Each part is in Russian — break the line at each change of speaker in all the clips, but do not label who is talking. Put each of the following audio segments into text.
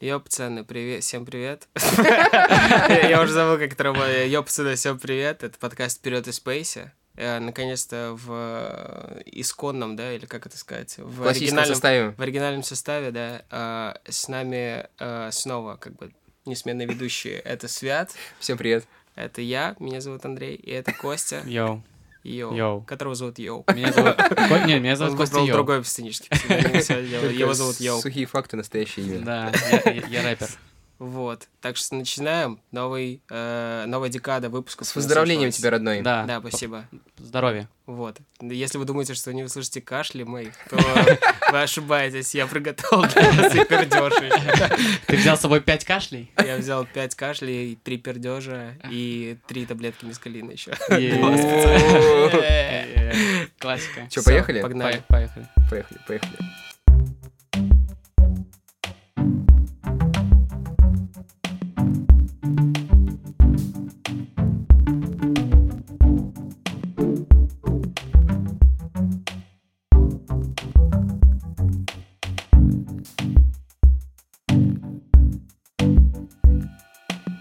Ёп, пацаны, привет, всем привет. Я я уже забыл, как это работает. Ёп, пацаны, всем привет. Это подкаст «Вперед из Спейси». Э, Наконец-то в э, исконном, да, или как это сказать?
В классическом составе.
В оригинальном составе, да, а, с нами а, снова как бы несменные ведущие. Это Свят,
Всем привет.
это я, меня зовут Андрей, и это Костя,
Йоу.
Йоу,
Йоу.
которого зовут Йоу.
Меня зовут... Ко- Не, меня
Он
зовут Костя
выбрал
Йоу.
другой сценический псевдоним, всё, дело-
Только
Его зовут Йоу.
Сухие факты, настоящее имя.
Да, я- я я рэпер.
Вот, так что начинаем. Новый, э, новая декада выпуска.
С поздравлением тебя,
тебя.
родной.
Да.
Да, спасибо.
Здоровья.
Вот. Если вы думаете, что не услышите кашли мои, то вы ошибаетесь. Я приготовил для вас и пердёж ещё.
Ты взял с собой пять кашлей?
Я взял 5 кашлей, 3 пердежа и 3 таблетки мискалина еще.
Э, Классика.
Че, поехали?
Погнали.
Пое- Поехали.
Поехали, поехали.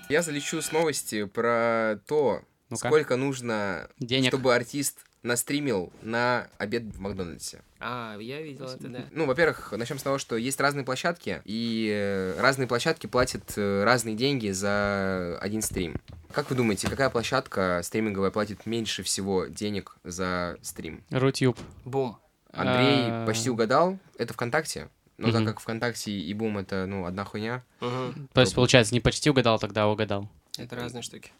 Я залечу с новости про то,
Ну-ка.
сколько нужно,
Денег.
чтобы артист настримил на обед в Макдональдсе.
А, я видел это, да.
Ну, во-первых, начнем с того, что есть разные площадки, и э, разные площадки платят э, разные деньги за один стрим. Как вы думаете, какая площадка стриминговая платит меньше всего денег за стрим?
Рутюб.
Бум.
Андрей
А.
почти угадал, это ВКонтакте. Но так
Мгм.
как ВКонтакте и Бум это, ну, одна хуйня.
Мгм.
То есть, получается, не почти угадал, тогда а угадал.
Это разные штуки.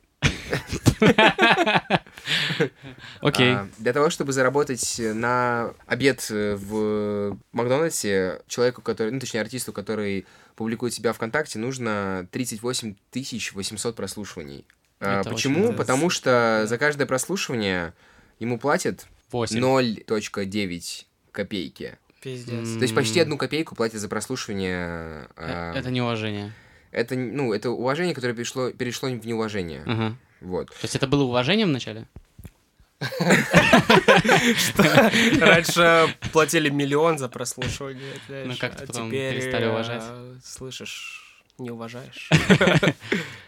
Окей.
А, для того, чтобы заработать э, на обед э, в Макдональдсе, человеку, который, ну, точнее, артисту, который публикует себя ВКонтакте, нужно 38 800 прослушиваний. А,
Это
почему?
очень
Потому
много.
что за каждое прослушивание ему платят ну,
Восемь.
0.9 копейки.
Пиздец.
М.
То есть почти одну копейку платят за прослушивание.
Э,
а,
Это неуважение.
это, ну, это уважение, которое перешло, перешло в неуважение.
Ага.
Вот.
То есть, это было уважением вначале?
Раньше платили миллион за прослушивание. знаешь,
Ну, как-то
а
потом
теперь,
перестали
э,
уважать.
Слышишь, не уважаешь.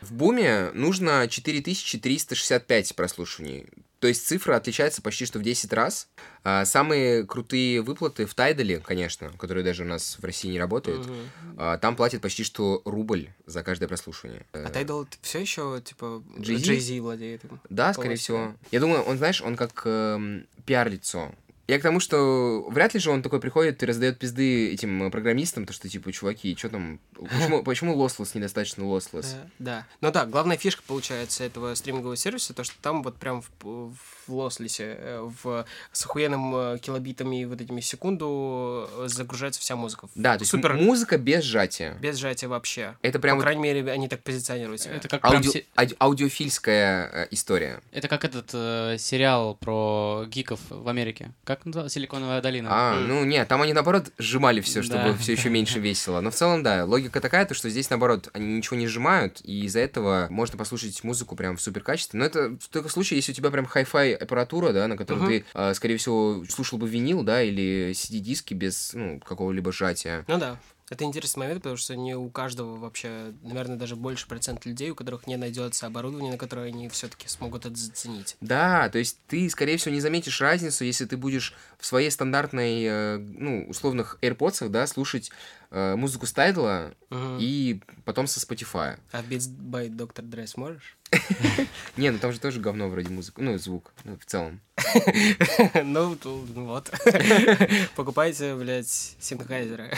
В буме нужно 4365 прослушиваний. То есть цифра отличается почти что в 10 раз. А, Самые крутые выплаты в Тайдале, конечно, которые даже у нас в России не работают.
Мгм.
а, Там платят почти что рубль за каждое прослушивание.
А Тайдл все еще, типа,
Jay-Z?
Джей-Зи владеет им.
Да, скорее
Полностью.
всего. Я думаю, он, знаешь, он как эм, пиар-лицо. Я к тому, что вряд ли же он такой приходит и раздает пизды этим э, программистам, то что типа, чуваки, что там, почему, почему лослос недостаточно лослос?
Да, да. Ну да, главная фишка, получается, этого стримингового сервиса, то, что там вот прям в, в Лослесе, э, в, с охуенным э, килобитами вот этими в секунду э, загружается вся музыка.
Да, то есть
Супер.
м- музыка без сжатия.
Без сжатия вообще.
Это прям
По
вот
крайней мере, они так позиционируют себя.
Это как прям
Аудио-
се-
ауди- аудиофильская э, история.
Это как этот э, сериал про гиков в Америке. Как назывался? Силиконовая долина.
А,
Мгм.
ну нет, там они наоборот сжимали все, чтобы
Да.
все еще меньше весело. Но в целом, да, логика такая, то что здесь наоборот они ничего не сжимают, и из-за этого можно послушать музыку прям в супер качестве. Но это только в случае, если у тебя прям хай-фай аппаратура, да, на которой
Мгм.
ты, э, скорее всего, слушал бы винил, да, или CD-диски без ну, какого-либо сжатия.
Ну да. Это интересный момент, потому что не у каждого вообще, наверное, даже больше процент людей, у которых не найдется оборудование, на которое они все-таки смогут это заценить.
Да, то есть ты, скорее всего, не заметишь разницу, если ты будешь в своей стандартной, э, ну, условных AirPods, да, слушать э, музыку Стайдла
Мгм.
и потом со Spotify.
А в Beats by Dr. Dre сможешь?
Не, ну там же тоже говно вроде музыка, ну, звук ну, в целом.
Ну, то- ну вот. Покупайте, блядь, синхайзеры.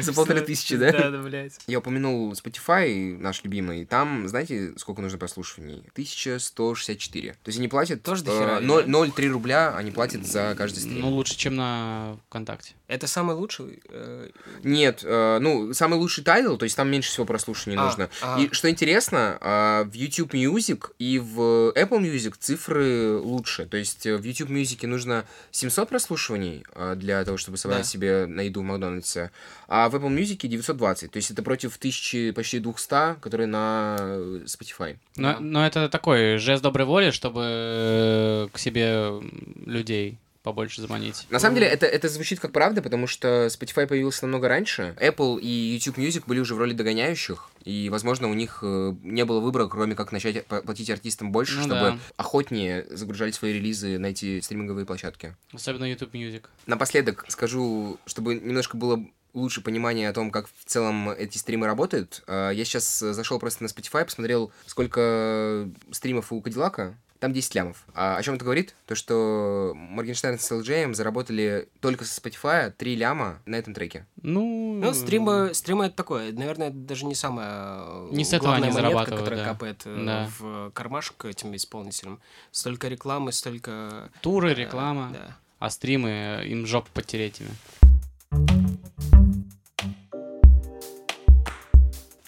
За полторы тысячи, да?
Да, да, блядь.
Я упомянул Spotify, наш любимый, там, знаете, сколько нужно прослушиваний? 1164. То есть они платят
Тоже
э,
дохера,
ноль-
да?
0,3 рубля, они платят за каждый стрим.
Ну, лучше, чем на ВКонтакте.
Это самый лучший... э,
Нет, э, ну, самый лучший тайтл, то есть там меньше всего прослушиваний
А,
нужно.
ага.
И что интересно, э, в YouTube Music и в Apple Music цифры лучше. То есть э, в YouTube Music нужно 700 прослушиваний э, для того, чтобы собрать
Да.
себе на еду в Макдональдсе, а в Apple Music 920. То есть это против 1000, почти 200, которые на э, Spotify.
Но,
Да.
но это такой жест доброй воли, чтобы э, к себе м, людей побольше заманить.
На самом деле, это, это звучит как правда, потому что Spotify появился намного раньше. Apple и YouTube Music были уже в роли догоняющих, и, возможно, у них э, не было выбора, кроме как начать пла- платить артистам больше,
Ну
чтобы
да.
охотнее загружали свои релизы на эти стриминговые площадки.
Особенно YouTube Music.
Напоследок скажу, чтобы немножко было лучше понимание о том, как в целом эти стримы работают. Э, Я сейчас зашел просто на Spotify, посмотрел, сколько стримов у Кадиллака. Там 10 лямов. А о чем это говорит? То, что Моргенштерн с LJ заработали только со Spotify 3 ляма на этом треке.
Ну,
Ну, стримы, стримы это такое. Наверное, это даже не самая э,
Не с этого
главная
они
монетка,
зарабатывают,
которая
да.
капает э,
Да.
в кармашек этим исполнителям. Столько рекламы, столько...
Туры,
э,
реклама,
да.
а стримы э, им жопу потереть ими.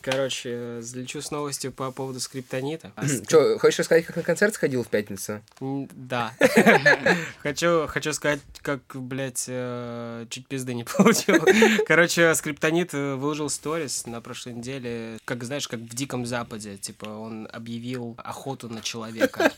Короче, э, залечу с новостью по поводу скриптонита.
А Че, хочешь рассказать, как на концерт сходил в пятницу?
М, Да. Хочу, хочу сказать, как, блядь, э, чуть пизды не получил. Короче, Скриптонит э, выложил сторис на прошлой неделе, как, знаешь, как в Диком Западе. Типа, он объявил охоту на человека.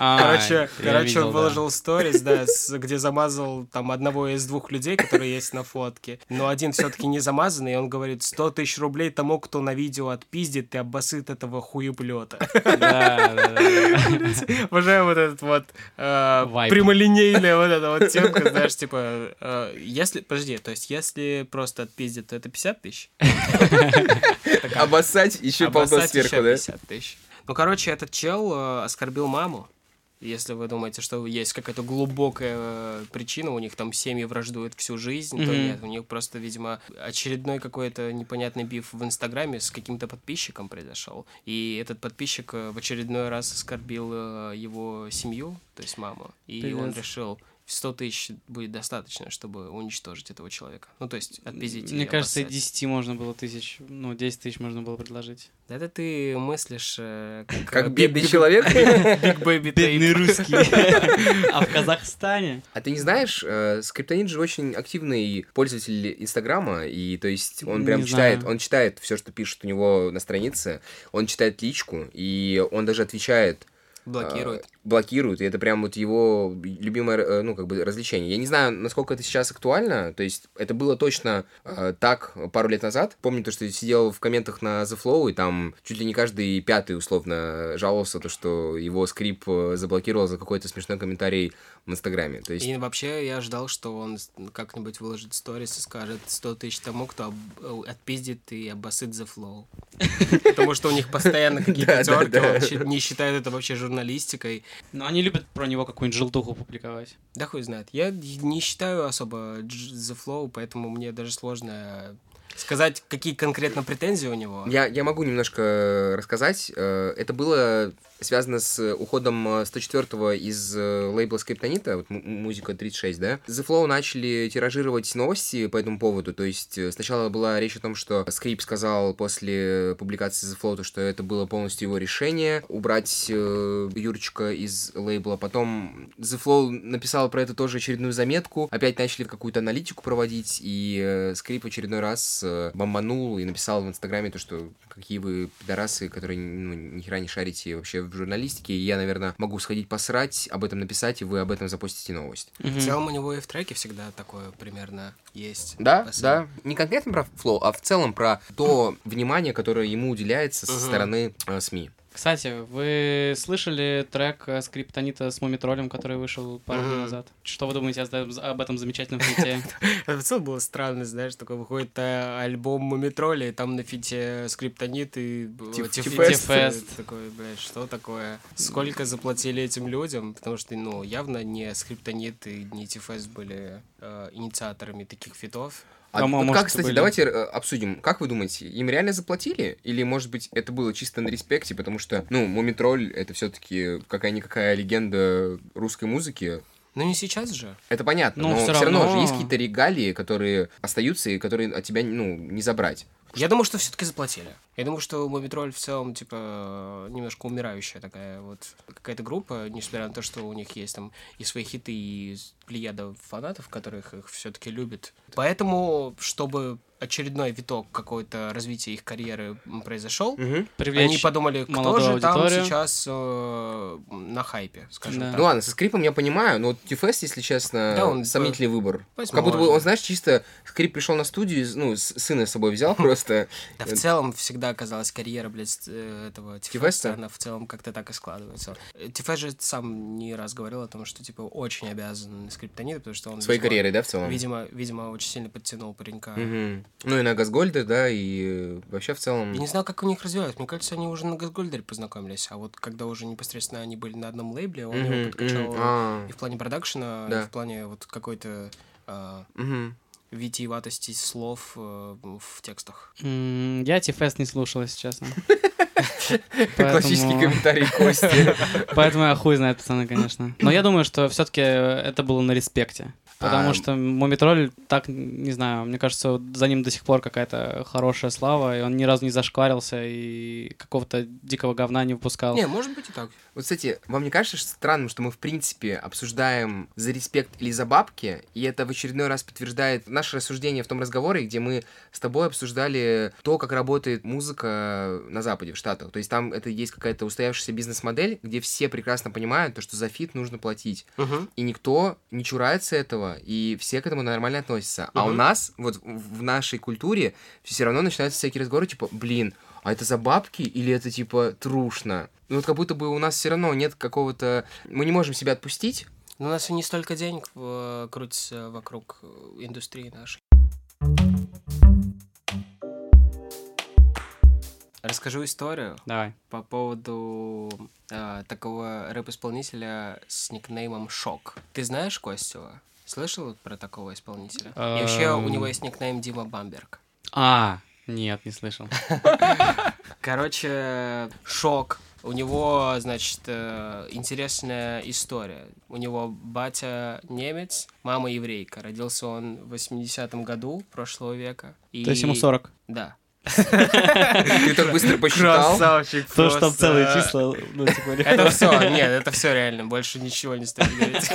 А,
Короче,
я
короче
видел,
он
да.
выложил сторис, да, с- где замазал там одного из двух людей, которые есть на фотке. Но один все-таки не замазанный, и он говорит, 100 тысяч рублей тому, кто на видео отпиздит и обосыт этого хуеплета.
Да, да, да, да.
Обожаю вот этот вот э,
Вайб.
прямолинейная вот эта вот темка, знаешь, типа, э, если, подожди, то есть если просто отпиздят, то это 50 тысяч?
Обоссать
А
еще полтос
обоссать
сверху,
еще
да?
50 тысяч. Ну, короче, этот чел э, оскорбил маму. Если вы думаете, что есть какая-то глубокая э, причина, у них там семьи враждуют всю жизнь, то
Мгм.
нет, у них просто, видимо, очередной какой-то непонятный биф в Инстаграме с каким-то подписчиком произошел. И этот подписчик э, в очередной раз оскорбил э, его семью, то есть маму. И он
Пиздец.
решил, 100 тысяч будет достаточно, чтобы уничтожить этого человека. Ну, то есть отпиздить.
Мне
и
кажется, и
обоссать.
10 можно было тысяч, ну, 10 тысяч можно было предложить.
Да это ты мыслишь э, как, э,
Как
Биг-
бедный
Биг-
человек?
Биг Бэби Тейп.
русские. А в Казахстане?
А ты не знаешь, э, Скриптонит же очень активный пользователь Инстаграма, и то есть он
Не
прям читает,
знаю.
он читает все, что пишет у него на странице, он читает личку, и он даже отвечает. э,
Блокирует.
блокирует, и это прям вот его любимое, э, ну, как бы, развлечение. Я не знаю, насколько это сейчас актуально, то есть это было точно э, так пару лет назад. Помню то, что я сидел в комментах на The Flow, и там чуть ли не каждый пятый, условно, жаловался, то, что его скрип э, заблокировал за какой-то смешной комментарий в Инстаграме. То есть
И вообще я ждал, что он с- как-нибудь выложит сторис и скажет 100 тысяч тому, кто об- э, отпиздит и обоссит The Flow. Потому что у них постоянно какие-то
Да, да,
терки,
да.
он щи- не считает это вообще журналистикой.
Ну, они любят про него какую-нибудь желтуху публиковать.
Да хуй знает. Я не считаю особо Дж- The Flow, поэтому мне даже сложно сказать, какие конкретно претензии у него.
Я, я могу немножко рассказать. Э, Это было связано с уходом 104-го из э, лейбла Скриптонита, вот м- м- музыка 36, да? The Flow начали тиражировать новости по этому поводу. То есть э, сначала была речь о том, что Скрип сказал после публикации The Flow, то, что это было полностью его решение убрать э, Юрочка из лейбла. Потом The Flow написал про это тоже очередную заметку. Опять начали какую-то аналитику проводить, и э, Скрип в очередной раз э, бомбанул и написал в Инстаграме то, что какие вы пидорасы, которые ну, ни хера не шарите вообще в журналистике, и я, наверное, могу сходить посрать, об этом написать, и вы об этом запостите новость.
В целом у него и в треке всегда такое примерно есть.
Да,
посыл.
да. Не конкретно про флоу, а в целом про то внимание, которое ему уделяется со
Мгм.
стороны э, СМИ.
Кстати, вы слышали трек э, скриптонита с Мумитролем, который вышел пару дней
Мгм.
назад? Что вы думаете о за- об этом замечательном фите?
Это в целом было странно, знаешь, такой выходит э, альбом Мумитроли, и там на фите э, скриптонит и б-
Тиф-
Тифест.
Тифест.
Такой, блядь, что такое? Сколько заплатили этим людям? Потому что, ну, явно не скриптонит и не Тифест были э, инициаторами таких фитов.
А
Кому,
вот
может,
как, кстати,
были?
давайте э, обсудим, как вы думаете, им реально заплатили? Или, может быть, это было чисто на респекте, потому что, ну, Мумитроль — это все таки какая-никакая легенда русской музыки.
Ну, не сейчас же.
Это понятно,
Ну,
но
всё
все равно...
равно.
же есть какие-то регалии, которые остаются и которые от тебя, ну, не забрать.
Я думаю, что все-таки заплатили. Я думаю, что Мумитроль в целом, типа, немножко умирающая такая вот какая-то группа, несмотря на то, что у них есть там и свои хиты, и плеяда фанатов, которых их все-таки любят. Поэтому, чтобы очередной виток какой-то развития их карьеры м, произошел,
Мгм.
Привлечь.
они подумали, кто
молодую
же
аудиторию.
там сейчас э, на хайпе, скажем
Да.
так.
Ну ладно, со скрипом я понимаю, но вот Тифест, если честно,
Да, он типа
сомнительный выбор.
возможно.
Как будто бы он, знаешь, чисто скрип пришел на студию, из- ну, с- сына с собой взял просто.
Да в целом всегда оказалась карьера, блядь, с- э, этого
Тифеста?
Тифеста, она в целом как-то так и складывается. Э, Тифест же сам не раз говорил о том, что, типа, очень обязан скриптониту, потому что он...
Своей
видимо,
карьерой, да, в целом?
Видимо, видимо, очень сильно подтянул паренька.
Мгм. Ну и на Газгольде, да, и э, вообще в целом...
Я не знаю, как у них развивалось. Мне кажется, они уже на Газгольдере познакомились, а вот когда уже непосредственно они были на одном лейбле, он
Мгм,
его
мгм.
подкачал
А,
и в плане продакшена,
Да.
и в плане вот какой-то а,
мгм.
витиеватости слов э, в текстах.
М, Я Тифест не слушал, если честно.
Классический
Поэтому-
комментарий Кости.
Поэтому я хуй знает, пацаны, конечно. Но я думаю, что все-таки это было на респекте. Потому
А.
что Мумитроль, так, не знаю, мне кажется, вот за ним до сих пор какая-то хорошая слава, и он ни разу не зашкварился и какого-то дикого говна не выпускал.
Не, может быть и так.
Вот, кстати, вам не кажется что странным, что мы, в принципе, обсуждаем за респект или за бабки, и это в очередной раз подтверждает наше рассуждение в том разговоре, где мы с тобой обсуждали то, как работает музыка на Западе, в Штатах. То есть там это есть какая-то устоявшаяся бизнес-модель, где все прекрасно понимают, то, что за фит нужно платить. И никто не чурается этого, и все к этому нормально относятся. А у
Мгм.
нас, вот в в нашей культуре, все равно начинаются всякие разговоры, типа, блин, а это за бабки или это, типа, трушно? Ну, вот как будто бы у нас все равно нет какого-то... Мы не можем себя отпустить.
Но Ну, у нас и не столько денег э, крутится вокруг э, индустрии нашей. Расскажу историю.
Давай.
по поводу э, такого рэп-исполнителя с никнеймом Шок. Ты знаешь Костева? Слышал про такого исполнителя? И вообще у
Эм.
него есть никнейм Дима Бамберг.
А, нет, не слышал.
Короче, Шок. У него, значит, э, интересная история. У него батя немец, мама еврейка. Родился он в 80-м году прошлого века. И...
То есть ему 40.
Да.
Ты так быстро посчитал.
То, что там целые
просто.
числа, ну, типа,
Это все, нет, это все реально, больше ничего не стоит говорить.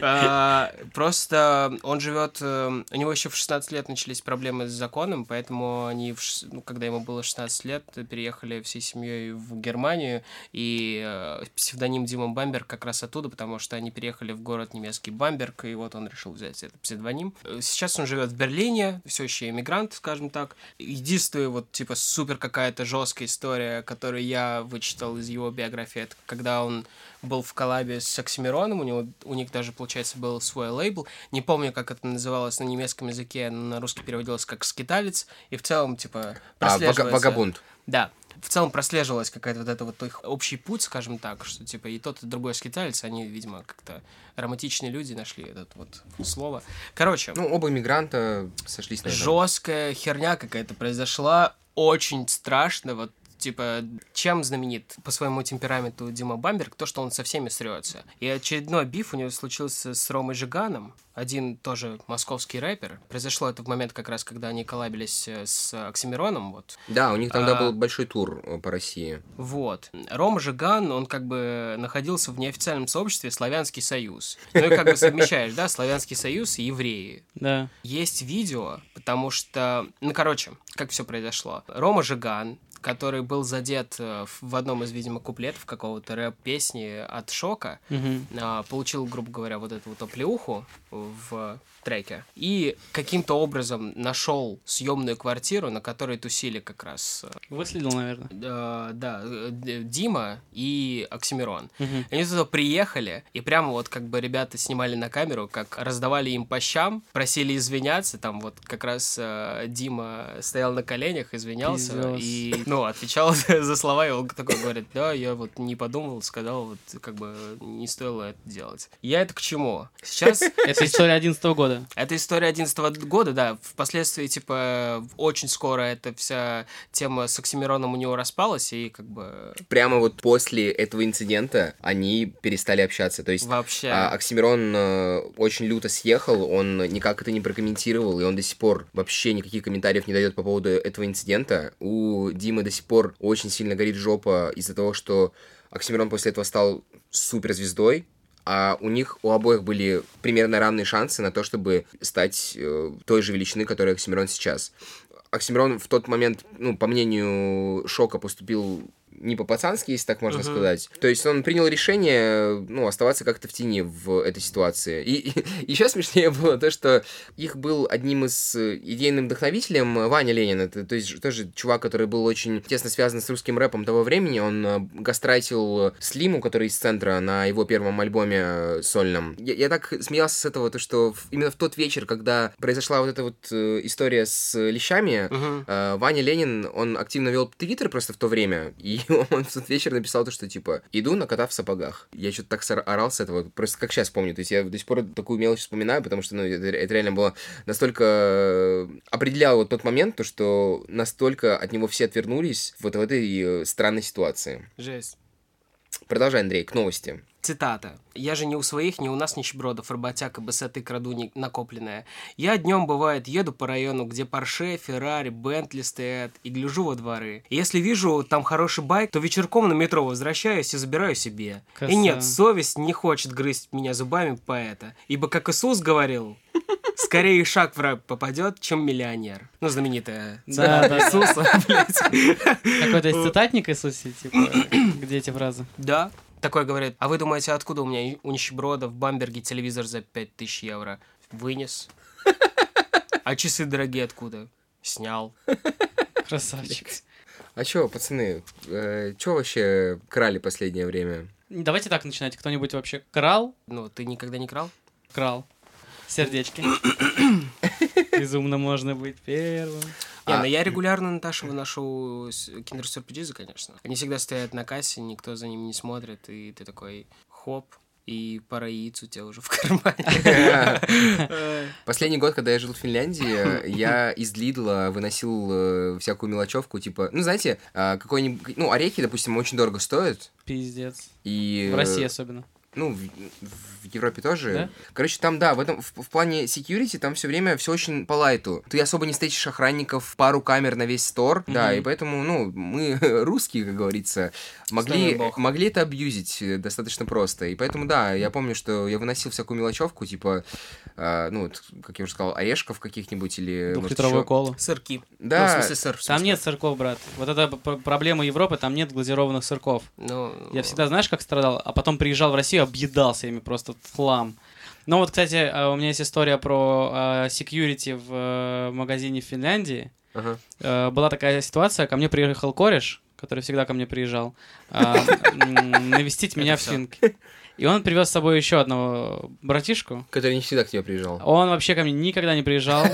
А, Просто он живет, эм, у него еще в 16 лет начались проблемы с законом, поэтому они, в шес- ну, когда ему было 16 лет, переехали всей семьей в Германию, и э, псевдоним Дима Бамберг как раз оттуда, потому что они переехали в город немецкий Бамберг, и вот он решил взять этот псевдоним. Э, Сейчас он живет в Берлине, все еще эмигрант, скажем так. Единственная вот типа супер какая-то жесткая история, которую я вычитал из его биографии, это когда он был в коллабе с Оксимироном, у него у них даже, получается, был свой лейбл. Не помню, как это называлось на немецком языке, но на русский переводилось как «скиталец», и в целом, типа,
А, вага-
прослеживается-
вагабунт.
да. В целом прослеживалась какая-то вот эта вот их общий путь, скажем так, что типа и тот, и другой скиталец, они, видимо, как-то романтичные люди нашли это вот слово. Короче,
Ну, оба иммигранта сошлись на этом.
жесткая херня какая-то произошла, очень страшно, вот типа, чем знаменит по своему темпераменту Дима Бамберг, то, что он со всеми срется. И очередной биф у него случился с Ромой Жиганом, один тоже московский рэпер. Произошло это в момент как раз, когда они коллабились э, с Оксимироном, вот,
Да, у них тогда
А.
был большой тур э, по России.
вот. Рома Жиган, он как бы находился в неофициальном сообществе Славянский Союз. Ну и как бы совмещаешь, да, Славянский Союз и евреи.
Да.
Есть видео, потому что... Ну, короче, как все произошло. Рома Жиган, который был задет э, в- в одном из, видимо, куплетов какого-то рэп-песни от Шока,
Мгм.
а, получил, грубо говоря, вот эту вот оплеуху в треке и каким-то образом нашел съемную квартиру, на которой тусили как раз э,
Выследил, наверное.
Э, да, э, Д- Дима и Оксимирон.
Мгм.
Они туда приехали, и прямо вот как бы ребята снимали на камеру, как раздавали им по щам, просили извиняться, там вот как раз э, Дима стоял на коленях, извинялся,
Пиздец.
и, ну, отвечал за за слова, и он такой говорит, да, я вот не подумал, сказал, вот как бы не стоило это делать. Я это к чему? Сейчас
Это история 11 года.
это история 11 года, да. Впоследствии, типа, очень скоро эта вся тема с Оксимироном у него распалась, и как бы
Прямо вот после этого инцидента они перестали общаться. То есть
вообще...
А Оксимирон э, очень люто съехал, он никак это не прокомментировал, и он до сих пор вообще никаких комментариев не дает по поводу этого инцидента. У Димы до сих пор очень сильно горит жопа из-за того, что Оксимирон после этого стал суперзвездой, а у них у обоих были примерно равные шансы на то, чтобы стать э, той же величины, которая Оксимирон сейчас. Оксимирон в тот момент, ну, по мнению Шока, поступил не по-пацански, если так можно
Мгм.
сказать. То есть он принял решение, ну, оставаться как-то в тени в этой ситуации. И, еще смешнее было то, что их был одним из э, идейным вдохновителем э, Ваня Ленин. Это, то есть ж- тоже чувак, который был очень тесно связан с русским рэпом того времени. Он э, гастрайтил э, Слиму, который из центра, на его первом альбоме э, сольном. Я, я так смеялся с этого, то, что в- именно в тот вечер, когда произошла вот эта вот э, история с э, лещами,
Мгм.
Э, Ваня Ленин, он активно вел твиттер просто в то время, и он в тот вечер написал то, что типа «Иду на кота в сапогах». Я что-то так сор- орал с этого, просто как сейчас помню, то есть я до сих пор такую мелочь вспоминаю, потому что ну, это, это реально было настолько... э, определяло вот тот момент, то, что настолько от него все отвернулись вот в этой э, странной ситуации.
Жесть.
Продолжай, Андрей, к новости.
Цитата. «Я же не у своих, не у нас нищебродов, работяга, бысоты краду не накопленная. Я днем, бывает, еду по району, где Порше, Феррари, Бентли стоят, и гляжу во дворы. Если вижу там хороший байк, то вечерком на метро возвращаюсь и забираю себе.
Красава.
И нет, совесть не хочет грызть меня зубами поэта. Ибо, как Иисус говорил, скорее шаг в рай попадет, чем миллионер». Ну, знаменитая
Да, да, да.
Иисуса, блядь.
Какой-то есть цитатник Иисусе, типа, где эти фразы?
Да. Такой говорит, а вы думаете, откуда у меня у нищеброда в Бамберге телевизор за 5000 евро? Вынес. А часы дорогие откуда? Снял.
Красавчик.
А чё, пацаны, э, чё вообще крали последнее время?
Давайте так начинать. Кто-нибудь вообще крал?
Ну, ты никогда не крал?
Крал. Сердечки. Безумно можно быть первым.
Не,
А-
но я регулярно Наташу выношу с- киндер-сюрпризы, конечно. Они всегда стоят на кассе, никто за ними не смотрит, и ты такой хоп, и пара яиц у тебя уже в кармане.
Последний год, когда я жил в Финляндии, я из Лидла выносил э, всякую мелочевку, типа, ну, знаете, а, какой-нибудь, ну, орехи, допустим, очень дорого стоят,
Пиздец.
и...
В
э,
России особенно.
Ну, в, в Европе тоже.
Да?
Короче, там, да, в этом, в, в плане security, там все время все очень по лайту. Ты особо не встретишь охранников, пару камер на весь стор, да,
Мгм.
и поэтому, ну, мы, русские, как говорится,
нами
могли,
бог.
могли это абьюзить э, достаточно просто. И поэтому, да, я помню, что я выносил всякую мелочевку, типа, э, ну, вот, как я уже сказал, орешков каких-нибудь или... может,
Двухлитровую
ещё-
колу.
Сырки. Ну, э, в
Да,
смысле, сыр. в
Там
смысле.
нет сырков, брат. Вот это пр- проблема Европы, там нет глазированных сырков.
Ну,
Я всегда, знаешь, как страдал, а потом приезжал в Россию, объедался ими просто в хлам. Ну вот, кстати, э, у меня есть история про э, security в э, магазине в Финляндии.
Ага.
Э, Была такая ситуация, ко мне приехал кореш, который всегда ко мне приезжал, а, м, навестить меня в
всё.
Финке. И он привез с собой еще одного братишку.
Который не всегда к тебе приезжал.
Он вообще ко мне никогда не приезжал,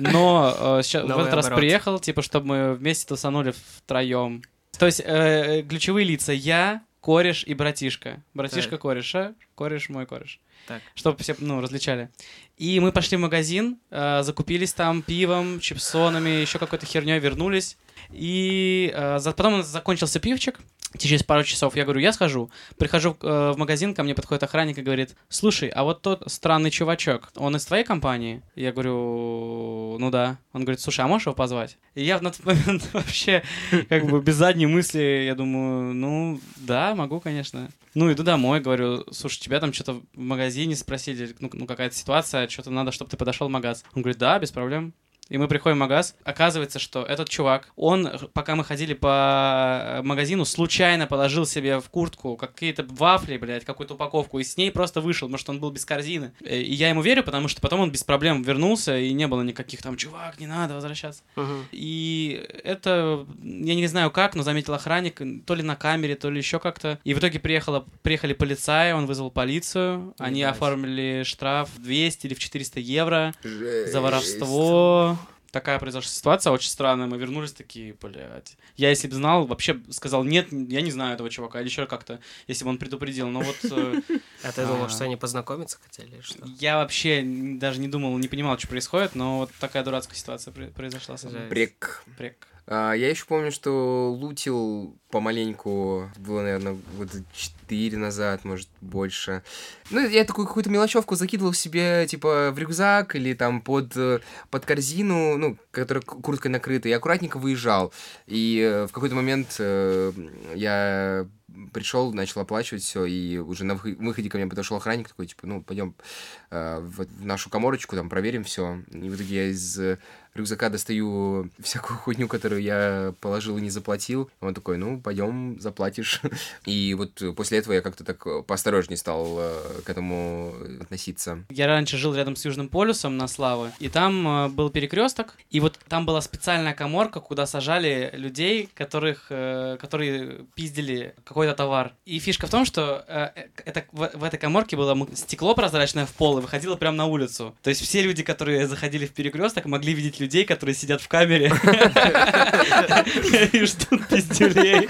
но э, ща- в
Новый
этот раз
оборот.
приехал, типа, чтобы мы вместе тусанули втроем. То есть э, ключевые лица я, кореш и братишка. Братишка
Так.
кореша, кореш мой кореш.
Так.
Чтобы все, ну, различали. И мы пошли в магазин, э, закупились там пивом, чипсонами, еще какой-то херней, вернулись. И э, за- потом у нас закончился пивчик, через пару часов я говорю, я схожу. Прихожу э, в магазин, ко мне подходит охранник и говорит, слушай, а вот тот странный чувачок, он из твоей компании? Я говорю, ну да. Он говорит, слушай, а можешь его позвать? И я на тот момент вообще как бы без задней мысли, я думаю, ну да, могу, конечно. Ну иду домой, говорю, слушай, тебя там что-то в магазине спросили, ну, ну, какая-то ситуация, что-то надо, чтобы ты подошел в магаз. Он говорит, да, без проблем. И мы приходим в магаз, оказывается, что этот чувак, он, х- пока мы ходили по э, магазину, случайно положил себе в куртку какие-то вафли, блядь, какую-то упаковку, и с ней просто вышел, потому что он был без корзины. Э, И я ему верю, потому что потом он без проблем вернулся, и не было никаких там, чувак, не надо возвращаться.
Мгм.
И это, я не знаю как, но заметил охранник, то ли на камере, то ли еще как-то. И в итоге приехала, приехали полицаи, он вызвал полицию, они
Ебать.
оформили штраф в 200 или в 400 евро за
За
воровство. Такая произошла ситуация, очень странная. Мы вернулись такие, блядь. Я, если бы знал, вообще б сказал, нет, я не знаю этого чувака, или еще как-то, если бы он предупредил. Но вот э,
А ты думал,
А.
что они познакомиться хотели или что?
я вообще н- даже не думал, не понимал, что происходит, но вот такая дурацкая ситуация при- произошла со мной.
Жесть.
Брек.
Прек.
А, Я еще помню, что лутил помаленьку, было, наверное, года четыре назад, может, больше. Ну, я такую какую-то мелочевку закидывал себе, типа, в рюкзак или там под, э, под корзину, ну, которая к- курткой накрыта, и аккуратненько выезжал. И э, в какой-то момент э, я пришел, начал оплачивать все, и уже на выхо- выходе ко мне подошел охранник такой, типа, ну, пойдем э, в, в нашу коморочку, там, проверим все. И в итоге я из э, рюкзака достаю всякую хуйню, которую я положил и не заплатил. Он такой, ну, пойдем, заплатишь. И вот э, после этого я как-то так э, поосторожнее стал э, к этому относиться.
Я раньше жил рядом с Южным полюсом на Славы, и там э, был перекресток, и вот там была специальная коморка, куда сажали людей, которых, э, которые пиздили какой-то товар. И фишка в том, что э, э, это, в, в этой коморке было м- стекло прозрачное в пол и выходило прямо на улицу. То есть все люди, которые заходили в перекресток, могли видеть людей, которые сидят в камере и ждут пиздюлей.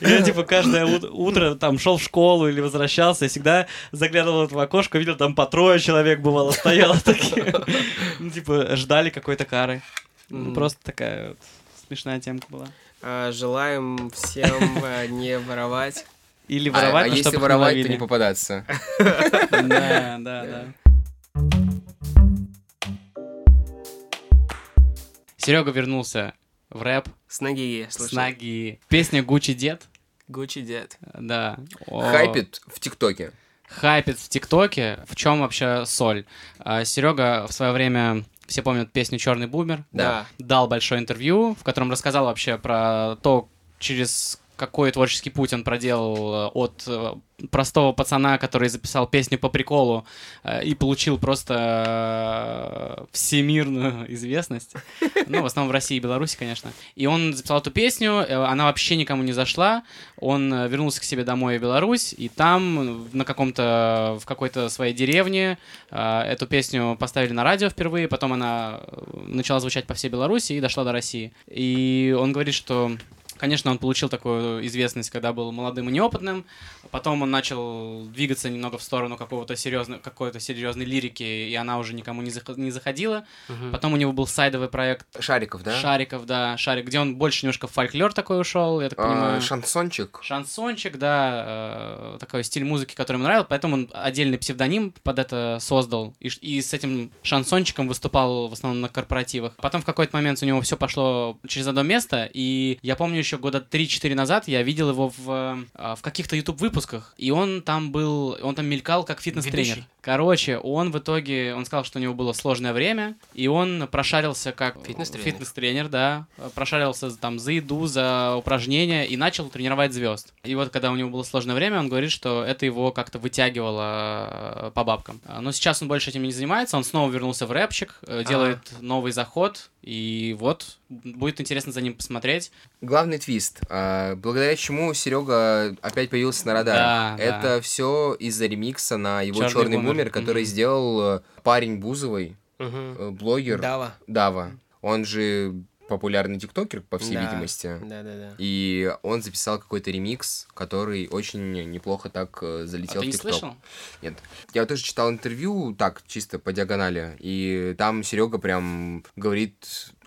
Я типа каждое ут- утро там шел в школу или возвращался, и всегда заглядывал в окошко, видел, там по трое человек бывало стояло такие. Ну, типа, ждали какой-то кары. Ну,
Мгм.
Просто такая вот смешная темка была.
А, Желаем всем э, не воровать.
Или
А-
воровать,
а,
ну, но
если
чтобы
воровать, то
ловили.
не попадаться.
Да, да, да. Серега вернулся в рэп
С ноги,
с
слушай.
ноги. Песня Гуччи Дед.
Гуччи дед.
Да. О.
Хайпит в ТикТоке.
хайпит в ТикТоке. В чем вообще соль? А, Серега в свое время, все помнят песню Черный бумер,
Да.
дал большое интервью, в котором рассказал вообще про то, через какой творческий путь он проделал э, от э, простого пацана, который записал песню по приколу э, и получил просто э, всемирную известность. Ну, в основном в России и Беларуси, конечно. И он записал эту песню, э, она вообще никому не зашла, он э, вернулся к себе домой в Беларусь, и там в- на каком-то, в какой-то своей деревне э, эту песню поставили на радио впервые, потом она э, начала звучать по всей Беларуси и дошла до России. И он говорит, что Конечно, он получил такую известность, когда был молодым и неопытным. Потом он начал двигаться немного в сторону какого-то серьезного, какой-то серьезной лирики, и она уже никому не, зах- не заходила. Потом у него был сайдовый проект
Шариков, да?
Шариков, да, Шарик, где он больше немножко в фольклор такой ушел, я так
А,
понимаю.
Шансончик.
Шансончик, да, э, такой стиль музыки, который ему нравился, поэтому он отдельный псевдоним под это создал. И, ш- и с этим шансончиком выступал в основном на корпоративах. Потом в какой-то момент у него все пошло через одно место, и я помню еще года 3-4 назад я видел его в, э, в каких-то YouTube-выпусках, и он там был, он там мелькал как фитнес-тренер.
Ведущий.
Короче, он в итоге, он сказал, что у него было сложное время, и он прошарился как
Фитнес-тренер.
фитнес-тренер, да, прошарился за- там за еду, за упражнения и начал тренировать звезд. И вот когда у него было сложное время, он говорит, что это его как-то вытягивало э, по бабкам. А, Но сейчас он больше этим не занимается, он снова вернулся в рэпчик, э, делает новый заход, и вот будет интересно за ним посмотреть.
Главный твист, а, благодаря чему Серега опять появился на радаре.
Да,
это
да.
все из-за ремикса на его
«Чёрный
черный,
бумер».
бумер, который
Мгм.
сделал э, парень Бузовый,
Мгм.
э, блогер
Дава.
Дава. Он же популярный тиктокер, по всей
Да.
видимости.
Да-да-да.
И он записал какой-то ремикс, который очень неплохо так э,
А
залетел
ты не
в ТикТок.
слышал?
Я вот тоже читал интервью, так, чисто по диагонали, и там Серега прям говорит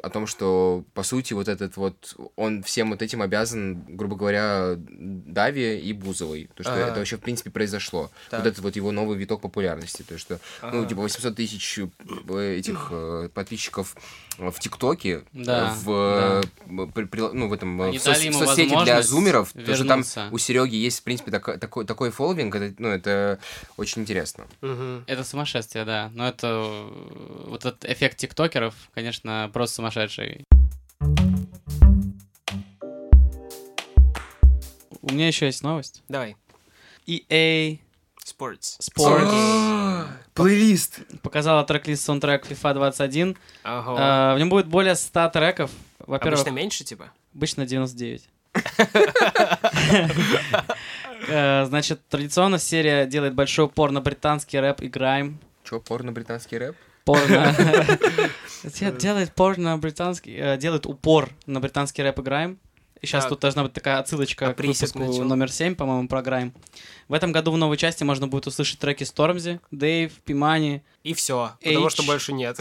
о том, что, по сути, вот этот вот, он всем вот этим обязан, грубо говоря, Даве и Бузовой, то, что
Ага.
это вообще, в принципе, произошло.
Так.
Вот этот вот его новый виток популярности, то, что,
А.
ну,
Ага.
типа, 800 тысяч э, этих э, подписчиков в ТикТоке,
Да,
э, в, э, при- при- ну, в этом, э,
Они
в, соц-
дали
в
ему
соцсети для
возможность
зумеров, потому что там
вернуться.
у Сереги есть, в принципе, тако- такой, такой фолловинг, это, ну, это очень интересно.
Мгм.
Это сумасшествие, да. Но это э, вот этот эффект тиктокеров, конечно, просто сумасшедший. У меня еще есть новость.
Давай.
E EA
Sports.
Sports
А! Плейлист!
показала трек-лист саундтрек FIFA 21.
Ага.
Э, В нем будет более 100 треков. Во-первых,
Обычно меньше, типа?
Обычно 99. Э, Значит, традиционно серия делает большой упор на британский рэп и грайм.
Чё, порно-британский рэп?
Порно. Де- Делает порно британский... э, Делает упор на британский рэп и грайм. И сейчас
Так.
тут должна быть такая отсылочка
А
к
присед
выпуску
на чём?
номер 7, по-моему, про грайм. В этом году в новой части можно будет услышать треки Стормзи, Дэйв, Пимани,
И все. Потому
H.
что больше нет.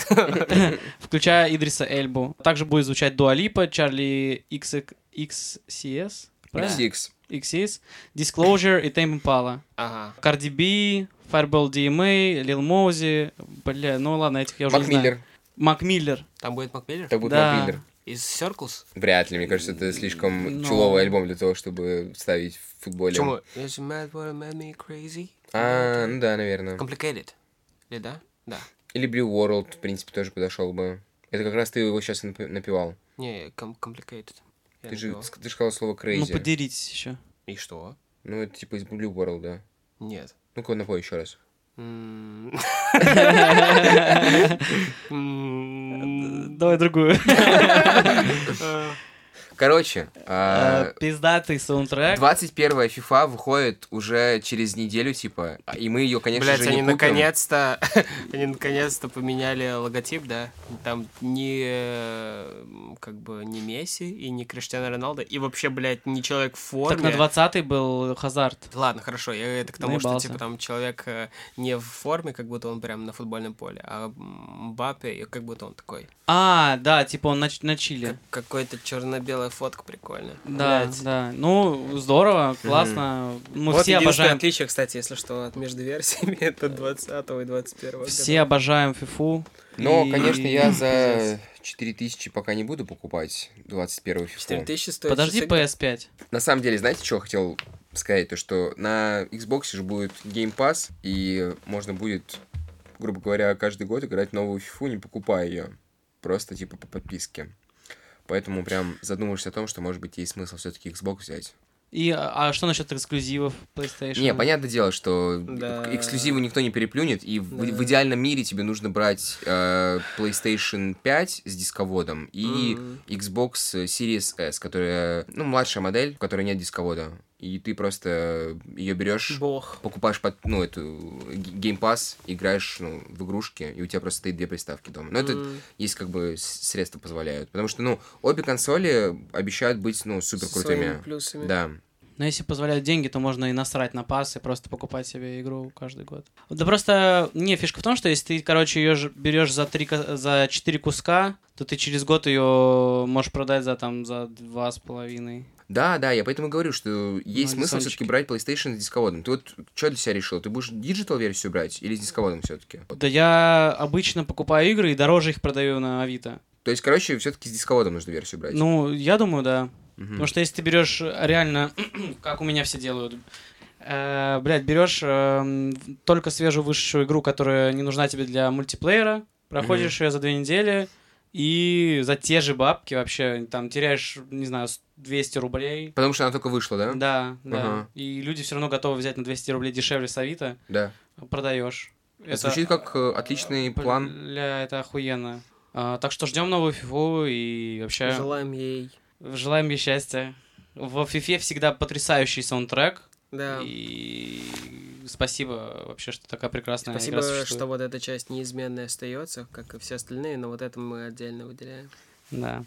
включая Идриса Эльбу. Также будет звучать Дуалипа, Чарли XCS. правильно?
XX.
XS, Disclosure и Tame Impala.
Ага.
Cardi B, Fireball DMA, Lil Моузи, бля, ну ладно, этих я уже
Мак
не знаю.
Миллер.
Мак Миллер.
Там будет Макмиллер?
Это будет
да.
Мак Миллер.
Из Circles?
Вряд ли, мне кажется, это слишком
Но-
чуловый альбом для того, чтобы ставить в футболе.
Почему? Is it mad what made me crazy?
А, ну да, наверное.
Complicated. Или да? Да.
Или Blue World, в принципе, тоже подошел бы. Это как раз ты его сейчас напевал.
Не, com- complicated. Я
Ты же,
напевал.
ск- ты же сказал слово
Ну,
crazy. Ну,
подеритесь еще.
И что?
это типа из Blue World, да.
Нет.
Ну-ка, напой еще раз.
М. Э, М.
Давай другую.
Э,
Короче, а,
Э, Пиздатый саундтрек.
21-я FIFA выходит уже через неделю, типа, а- и мы ее, конечно
Блять,
же, не
они
купим.
наконец-то, они наконец-то поменяли логотип, да? Там не э, как бы не Месси и не Криштиану Роналдо и вообще, блядь, не человек в
Так
форме.
на 20-й был Хазард.
Ладно, хорошо, я это к тому,
Наебался.
что типа там человек э, не в форме, как будто он прям на футбольном поле, а Мбаппе, и как будто он такой.
А, да, типа он на, ч- на Чили.
Как- Какой-то черно-белая фотка прикольная.
Да,
Блядь.
да. Ну, здорово, классно. Мы
вот
все
единственное
обожаем.
отличие, кстати, если что, от между версиями, это 20 и 21
Все обожаем фифу.
Но,
И-
конечно, я за 4000 пока не буду покупать 21-ю
Четыре
FIFA.
тысячи стоит.
Подожди,
часы,
PS5.
На самом деле, знаете, что я хотел сказать? То, что на Xbox же будет Game Pass, и можно будет, грубо говоря, каждый год играть в новую FIFA, не покупая ее. Просто типа по подписке. Поэтому прям задумываешься о том, что, может быть, есть смысл все-таки Xbox взять.
И, а а что насчет эксклюзивов PlayStation?
Не, понятное дело, что
Да.
эксклюзивы никто не переплюнет, и в,
Да.
в идеальном мире тебе нужно брать э, PlayStation 5 с дисководом и
Мгм.
Xbox Series S, которая, ну, младшая модель, в которой нет дисковода. И ты просто ее берешь,
Бог.
покупаешь под, ну, эту г- Game Pass, играешь ну, в игрушки, и у тебя просто стоит две приставки дома. Но Ну, это
М,
есть как бы с- средства позволяют. Потому что, ну, обе консоли обещают быть, ну, супер
со своими
крутыми.
плюсами.
Да.
Но Ну, если позволяют деньги, то можно и насрать на пас и просто покупать себе игру каждый год. Да просто, не, фишка в том, что если ты, короче, ее берешь за, три, ко- за 4 куска, то ты через год ее можешь продать за там за два с половиной.
Да, да, я поэтому и говорю, что есть смысл
дисончики.
все-таки брать PlayStation с дисководом. Ты вот что для себя решил? Ты будешь диджитал версию брать или с дисководом все-таки?
Да я обычно покупаю игры и дороже их продаю на Авито.
То есть, короче, все-таки с дисководом нужно версию брать.
Ну, я думаю, да.
Мгм.
Потому что если ты берешь э, реально, как у меня все делают, э, блядь, берешь эм, в- только свежую вышедшую игру, которая не нужна тебе для мультиплеера, проходишь ее за две недели, и за те же бабки вообще, там, теряешь, не знаю, с- 200 рублей.
Потому что она только вышла, да?
Да, да.
Ага.
И люди все равно готовы взять на 200 рублей дешевле с Авито,
Да.
продаешь.
Это звучит как э, отличный план.
Бля, это охуенно. А, так что ждем новую фифу и вообще...
Желаем ей.
Желаем ей счастья. В FIFA всегда потрясающий саундтрек.
Да.
И спасибо вообще, что такая прекрасная игра
Спасибо,
существует.
что вот эта часть неизменная остается, как и все остальные, но вот это мы отдельно выделяем.
Да.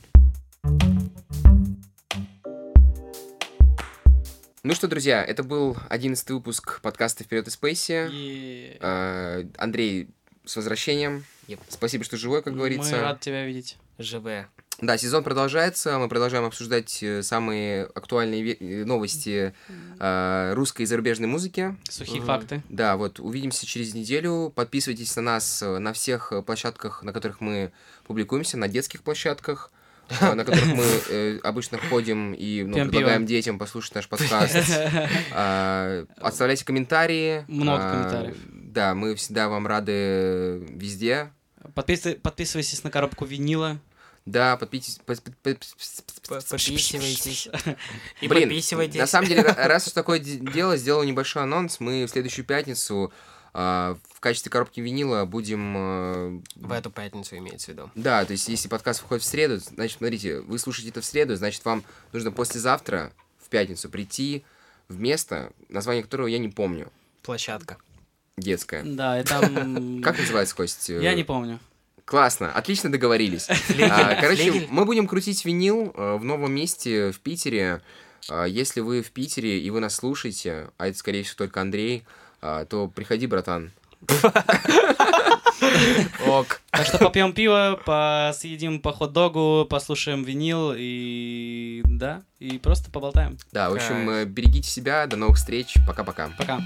Ну что, друзья, это был 11 выпуск подкаста «Вперед из Спейси».
И
Э, Андрей, с возвращением.
Yep.
Спасибо, что живой, как говорится.
Мы рады тебя видеть.
ЖВ.
Да, сезон продолжается. а Мы продолжаем обсуждать э, самые актуальные ве- э, новости э, русской и зарубежной музыки.
Сухие
Мгм.
факты.
Да, вот, увидимся через неделю. Подписывайтесь на нас э, на всех э, площадках, на которых мы публикуемся, на детских площадках, э, на которых мы э, обычно ходим и ну,
Пьем
предлагаем детям послушать наш подкаст. А, Оставляйте комментарии.
Много
А,
комментариев.
Да, мы всегда вам рады везде.
Подписывай- Подписывайтесь на коробку винила.
Да, подписывайтесь.
Подписывайтесь. И
Блин,
подписывайтесь.
На самом деле, ра- раз уж такое де- дело, сделал небольшой анонс. Мы в следующую пятницу а, в качестве коробки винила будем...
В
э,
эту пятницу имеется в виду.
Да, то есть если подкаст выходит в среду, значит, смотрите, вы слушаете это в среду, значит, вам нужно послезавтра, в пятницу, прийти в место, название которого я не помню,
Площадка.
детское.
Да, и там...
Как называется, Кость? Э,
Я не помню.
Классно, отлично договорились. А, Короче, мы будем крутить винил э, в новом месте в Питере. А, Если вы в Питере и вы нас слушаете, а это, скорее всего, только Андрей, а, то приходи, братан.
Ок.
Так что попьем пиво, посъедим по хот-догу, послушаем винил и... Да, и просто поболтаем.
Да, в общем,
Кайф.
э, берегите себя, до новых встреч, пока-пока.
Пока.